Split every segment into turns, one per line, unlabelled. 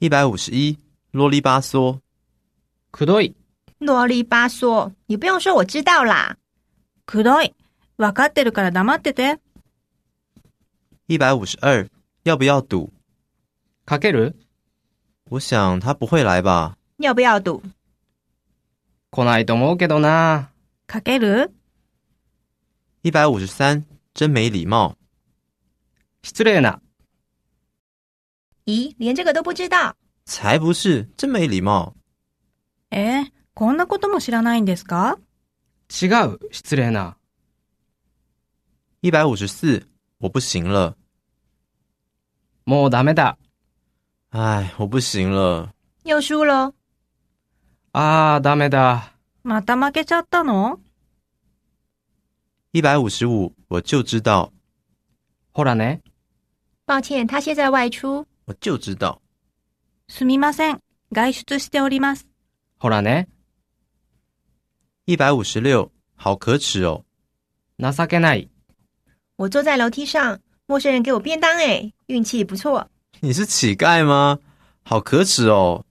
一百五十一，啰里吧嗦。
くどい、
啰里吧嗦，你不用说，我知道啦。
くどい。わかってるから黙ってて。
一百五十二，要不要赌？
かける、
我想他不会来吧。
要不要赌？
来ないと思うけどな。
かける
一百五十三，真没礼貌。
失礼な、
咦，连这个都不知道？
才不是，真没礼貌。
えー、こんなことも知らないんですか
違う、失礼な、
一百五十四，我不行了。
もうダメだ。
唉，我不行了。
又输喽？
あー、ダメだ。
また負けちゃったの
一百五十五，我就知道，
ほらね、
抱歉，他现在外出。
我就知道。
すみません。外出しております。
ほらね、
一百五十六，好可耻哦。
情けない。
我坐在楼梯上，陌生人给我便当，哎，运气不错。
你是乞丐吗？好可耻哦。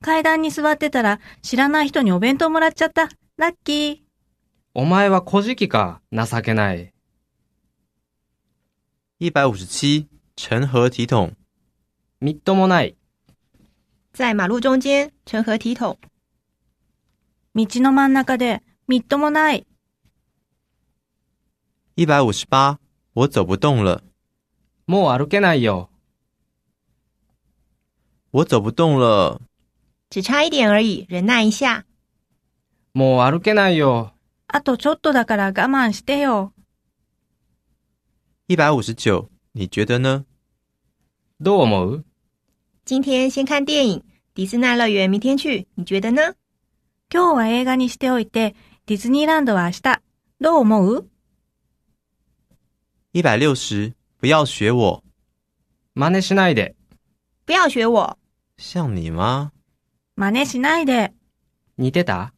階段に座ってたら知らない人にお弁当もらっちゃった。ラッキー。
お前は小じか、情けない。
一百五十七，成何体统？
みっともない、
在马路中间，成何体统？
道の真ん中で、みっともない。
一百五十八，我走不动了。
もう歩けないよ。
我走不动了。
只差一点而已，忍耐一下。
もう歩けないよ。
あとちょっとだから我慢してよ。
一百五十九，你觉得呢？
どう思う
今天先看电影，迪斯奈乐园明天去，你觉得呢？
今日は映画にしておいて、ディズニーランドは明日。どう思う
一百六十，不要学我，
真似しないで、
不要学我，
像你吗？
真似しないで。
似てた